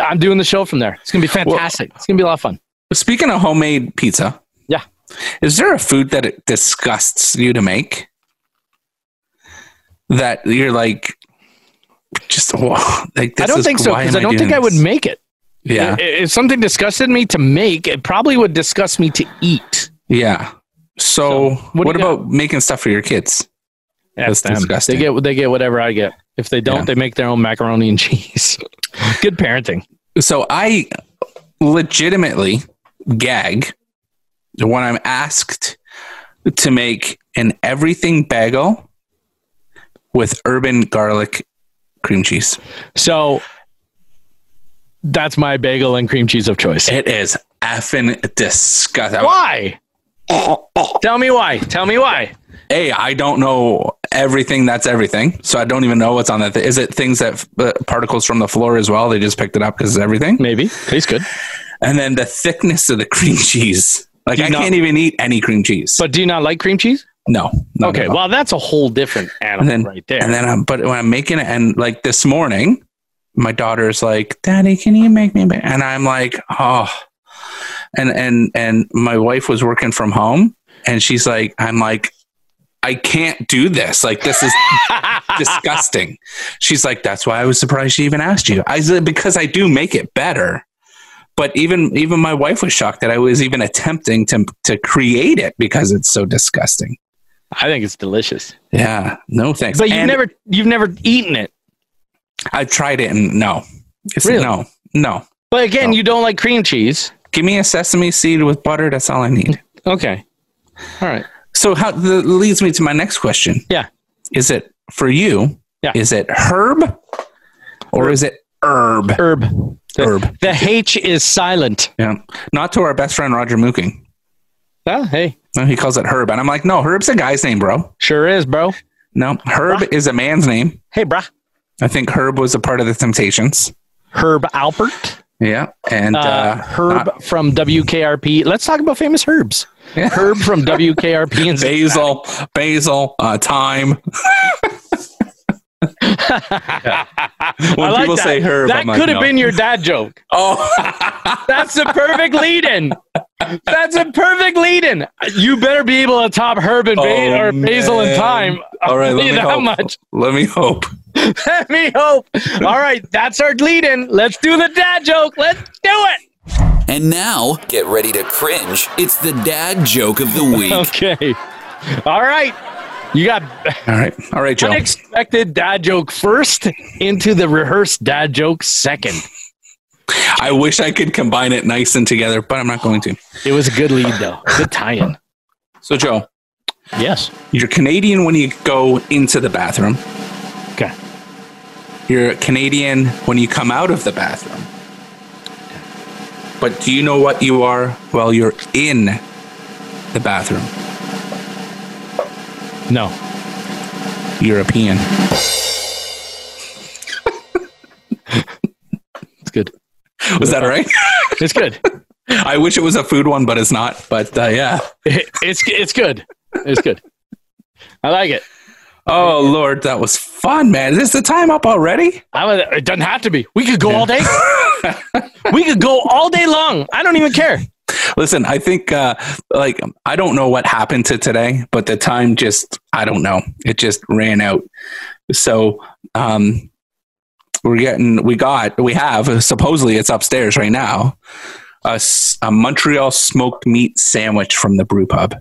S2: I'm doing the show from there. It's going to be fantastic. it's going to be a lot of fun.
S3: Speaking of homemade pizza,
S2: Yeah.
S3: is there a food that it disgusts you to make? That you're like, just wow, like this
S2: I don't
S3: is-
S2: think so
S3: why
S2: because
S3: am
S2: I don't
S3: doing
S2: think I would
S3: this?
S2: make it.
S3: Yeah,
S2: I- If something disgusted me to make, it probably would disgust me to eat.
S3: yeah. So,
S2: So,
S3: what,
S2: what do you
S3: about making stuff for your kids? That's
S2: them.
S3: disgusting.
S2: They get they get whatever I get. If they don't,
S3: Yeah.
S2: they make their own macaroni and cheese. Good parenting.
S3: So I legitimately gag when I'm asked to make an everything bagel with urban garlic cream cheese.
S2: So that's my bagel and cream cheese of choice.
S3: It is effing disgusting.
S2: Why? Tell me why. Tell me why.
S3: A, I don't know everything. That's everything. So I don't even know what's on that. Thi- Is it things that uh, particles from the floor as well? They just picked it up because everything.
S2: Maybe tastes good,
S3: And then the thickness of the cream cheese. Like
S2: Do you
S3: I
S2: not-
S3: can't even eat any cream cheese.
S2: but do you not like cream cheese?
S3: no. not
S2: Okay,
S3: at all.
S2: well that's a whole different animal
S3: And then-
S2: right there.
S3: and then, I'm, but when I'm making it, and like this morning, my daughter's like, "Daddy, can you make me?" a ba-" And I'm like, "Oh," and and and my wife was working from home, and she's like, "I'm like, I can't do this. Like, this is disgusting." She's like, "That's why I was surprised she even asked you." I said, "Because I do make it better." But even even my wife was shocked that I was even attempting to to create it because it's so disgusting.
S2: I think it's delicious.
S3: Yeah, no thanks.
S2: But you've
S3: And-
S2: never you've never eaten it.
S3: I've tried it and no. It's
S2: Really?
S3: no. No.
S2: But again,
S3: No.
S2: you don't like cream cheese.
S3: Give me a sesame seed with butter, that's all I need.
S2: Okay. All right.
S3: So how that leads me to my next question.
S2: Yeah.
S3: Is it for you?
S2: Yeah.
S3: Is it herb or is it herb?
S2: Herb. The,
S3: Herb.
S2: The H is silent.
S3: Yeah. Not to our best friend Roger Mooking. Ah,
S2: Oh, hey.
S3: No, he calls it herb. And I'm like, no, herb's a guy's name, bro.
S2: Sure is, bro.
S3: No. Herb is a man's name.
S2: Hey, bruh.
S3: I think Herb was a part of the Temptations.
S2: Herb Alpert.
S3: Yeah. And
S2: Uh,
S3: uh,
S2: Herb
S3: not-
S2: from WKRP. Let's talk about famous herbs.
S3: Yeah.
S2: Herb from WKRP. And
S3: basil, basil, uh, thyme. When
S2: I like
S3: people
S2: that.
S3: say herb,
S2: that
S3: I'm like,
S2: could have
S3: no.
S2: been your dad joke.
S3: Oh,
S2: That's the perfect lead in. That's a perfect lead in. You better be able to top herb and ba-
S3: Oh,
S2: or basil and
S3: man.
S2: thyme.
S3: all right. Let
S2: I'll
S3: me
S2: tell you
S3: hope.
S2: that much.
S3: Let me hope.
S2: Let me hope. All right, that's our lead in. Let's do the dad joke. Let's do it.
S1: And now, get ready to cringe. It's the dad joke of the week.
S2: Okay. All right. You got
S3: All right, all right, Joe.
S2: unexpected dad joke first into the rehearsed dad joke second.
S3: I wish I could combine it nice and together, but I'm not going to.
S2: It was a good lead, though. Good tie in.
S3: So, Joe,
S2: Yes.
S3: you're Canadian when you go into the bathroom.
S2: Okay.
S3: You're Canadian when you come out of the bathroom. But do you know what you are while you're in the bathroom?
S2: No.
S3: European.
S2: It's good.
S3: Was that all right?
S2: It's good.
S3: I wish it was a food one, but it's not. But uh, yeah.
S2: It's it's good. It's good. I like it.
S3: Oh Lord, that was fun, man. Is this the time up already?
S2: I was, it doesn't have to be. We could go all day. we could go all day long. I don't even care.
S3: Listen, I think uh, like I don't know what happened to today, but the time just I don't know. It just ran out. So um, we're getting we got we have supposedly it's upstairs right now a, s- a Montreal smoked meat sandwich from the brew pub.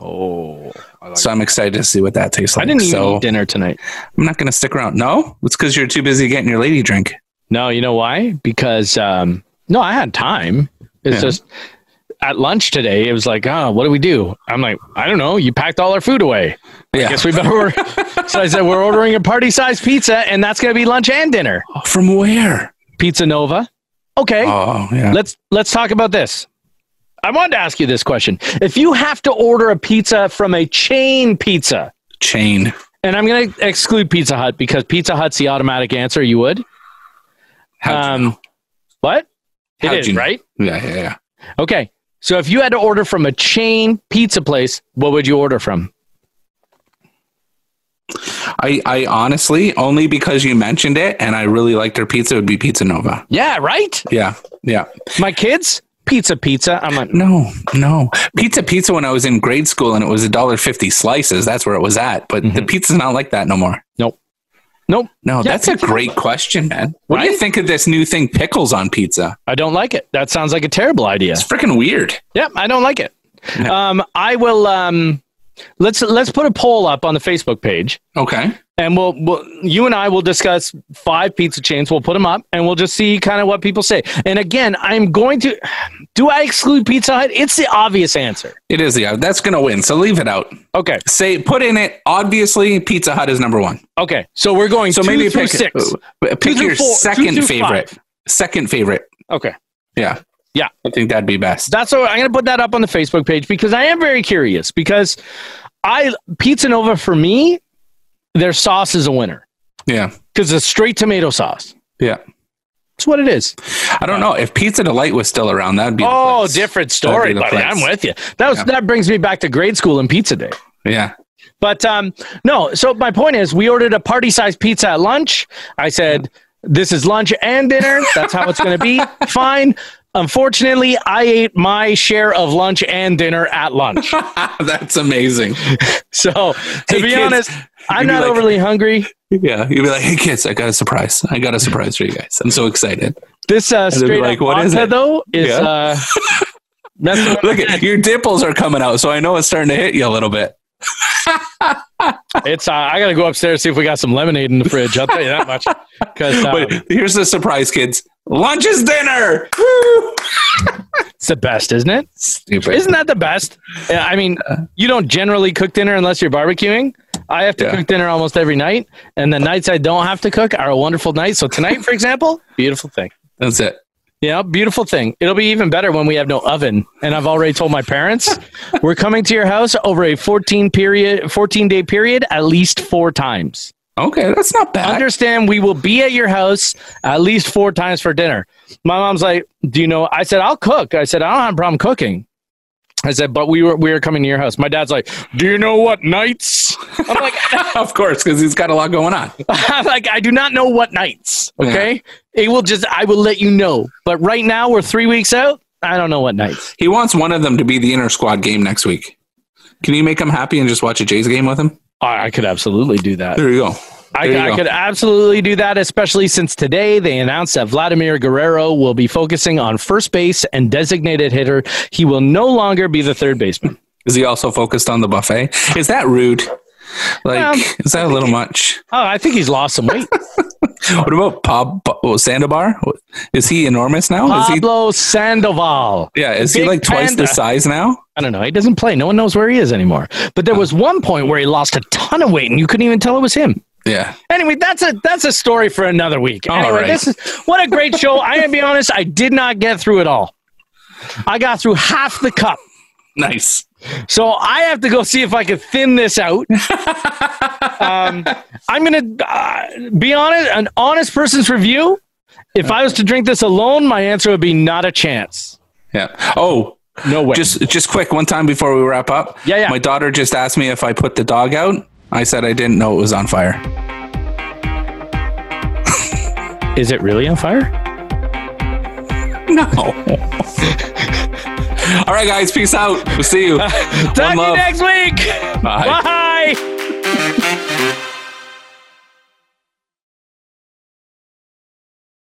S2: Oh, I, like
S3: So I'm excited to see what that tastes like.
S2: I didn't even
S3: so
S2: eat dinner tonight.
S3: I'm not going to stick around. No, it's because you're too busy getting your lady drink.
S2: No, you know why? Because um, no, I had time. It's
S3: Yeah.
S2: just at lunch today. It was like, oh, what do we do? I'm like, I don't know. You packed all our food away.
S3: Yeah,
S2: I guess we better. Order. so I said, we're ordering a party size pizza, and that's going to be lunch and dinner.
S3: from where?
S2: Pizza Nova. Okay.
S3: Oh yeah.
S2: let's let's talk about this. I wanted to ask you this question. If you have to order a pizza from a chain pizza,
S3: Chain.
S2: and I'm going to exclude Pizza Hut because Pizza Hut's the automatic answer. You would
S3: How'd you
S2: Um, what? It
S3: How'd
S2: is,
S3: you know?
S2: right?
S3: Yeah, yeah, yeah.
S2: Okay. So if you had to order from a chain pizza place, what would you order from?
S3: I, I honestly only because you mentioned it and I really liked their pizza would be Pizza Nova.
S2: Yeah, right.
S3: Yeah, yeah.
S2: My kids, pizza, pizza. I'm like,
S3: No, no. Pizza Pizza when I was in grade school and it was a dollar fifty slices. That's where it was at. But the pizza's not like that no more.
S2: Nope. Nope.
S3: No,
S2: Mhm. Yeah,
S3: that's a great question, man. What do you
S2: Right?
S3: think of this new thing, pickles on pizza?
S2: I don't like it. That sounds like a terrible idea.
S3: It's freaking weird.
S2: Yep, I don't like it. Um, I will. Um, let's let's put a poll up on the Facebook page,
S3: Okay.
S2: and we'll, we'll you and I will discuss five pizza chains. We'll put them up, and we'll just see kind of what people say. And again, I'm going to. Do I exclude Pizza Hut? It's the obvious answer.
S3: It is the that's gonna win. So leave it out.
S2: Okay,
S3: Say put in it. Obviously, Pizza Hut is number one.
S2: okay. So we're going
S3: So
S2: two
S3: maybe
S2: through
S3: pick
S2: six.
S3: uh, Pick
S2: through
S3: your
S2: four- two
S3: second
S2: through
S3: favorite. Second favorite.
S2: Okay,
S3: Yeah.
S2: Yeah.
S3: I think that'd be best.
S2: that's what I'm going to put that up on the Facebook page because I am very curious because I Pizza Nova for me, their sauce is a winner
S3: Yeah.
S2: because it's straight tomato sauce.
S3: Yeah.
S2: It's what it is.
S3: I don't know. If Pizza Delight was still around, that'd be the
S2: Oh,
S3: place.
S2: different story,
S3: That'd be the
S2: buddy.
S3: place.
S2: I'm with you. That was
S3: Yeah.
S2: that brings me back to grade school and pizza day.
S3: Yeah.
S2: But um, no, so my point is, we ordered a party sized pizza at lunch. I said, "This is lunch and dinner. That's how it's going to be." Fine. Unfortunately, I ate my share of lunch and dinner at lunch.
S3: That's amazing.
S2: So, to
S3: Hey,
S2: be
S3: kids,
S2: honest, I'm
S3: be
S2: not
S3: like-
S2: overly hungry.
S3: Yeah. You'd be like, hey kids, I got a surprise. I got a surprise for you guys. I'm so excited.
S2: This uh,
S3: they'll be
S2: straight
S3: like,
S2: up
S3: "What is
S2: vodka,
S3: it?"
S2: though is
S3: Yeah.
S2: uh, that's what I'm
S3: Look at your dimples are coming out, so I know it's starting to hit you a little bit.
S2: It's uh, I gotta go upstairs see if we got some lemonade in the fridge. I'll tell you that much. Because uh,
S3: But here's the surprise, kids. Lunch is dinner.
S2: it's the best, isn't it?
S3: Stupid.
S2: Isn't that the best? Yeah, I mean, you don't generally cook dinner unless you're barbecuing. I have to
S3: Yeah.
S2: cook dinner almost every night, and the nights I don't have to cook are a wonderful night. So tonight, for example, beautiful thing.
S3: That's it.
S2: Yeah, beautiful thing. It'll be even better when we have no oven. And I've already told my parents we're coming to your house over a 14 period, 14 day period, at least four times.
S3: Okay, that's not bad.
S2: understand we will be at your house at least four times for dinner. My mom's like, Do you know? I said, I'll cook. I said, I don't have a problem cooking. I said, but we were we were coming to your house. My dad's like, Do you know what nights? I'm like,
S3: of course, because he's got a lot going on.
S2: I'm like, I do not know what nights. Okay. It will just I will let you know. But right now we're three weeks out. I don't know what nights.
S3: He wants one of them to be the inner squad game next week. Can you make him happy and just watch a Jays game with him?
S2: I, I could absolutely do that.
S3: There you go.
S2: I,
S3: There you
S2: I
S3: go.
S2: could absolutely do that, especially since today they announced that Vladimir Guerrero will be focusing on first base and designated hitter. He will no longer be the third baseman.
S3: Is he also focused on the buffet? Is that rude? Like,
S2: Um,
S3: is that a little much?
S2: Oh, I think he's lost some weight.
S3: What about Pab oh, Sandobar? Is he enormous now? Is he?
S2: Pablo Sandoval.
S3: Yeah, is he
S2: Big
S3: like twice
S2: panda.
S3: the size now?
S2: I don't know. He doesn't play. No one knows where he is anymore. But there was one point where he lost a ton of weight and you couldn't even tell it was him.
S3: Yeah.
S2: Anyway, that's a that's a story for another week.
S3: All
S2: anyway,
S3: right.
S2: this is what a great show. I am be honest, I did not get through it all. I got through half the cup.
S3: Nice.
S2: So I have to go see if I can thin this out. um, I'm going to uh, be honest, an honest person's review. If I was to drink this alone, my answer would be not a chance.
S3: Yeah. Oh,
S2: No way.
S3: just just quick one time before we wrap up.
S2: Yeah, yeah.
S3: My daughter just asked me if I put the dog out. I said I didn't know it was on fire.
S2: is it really on fire?
S3: No. All right, guys. Peace out. We'll see you.
S2: Talk to you
S3: love.
S2: next week.
S3: Bye.
S2: Bye.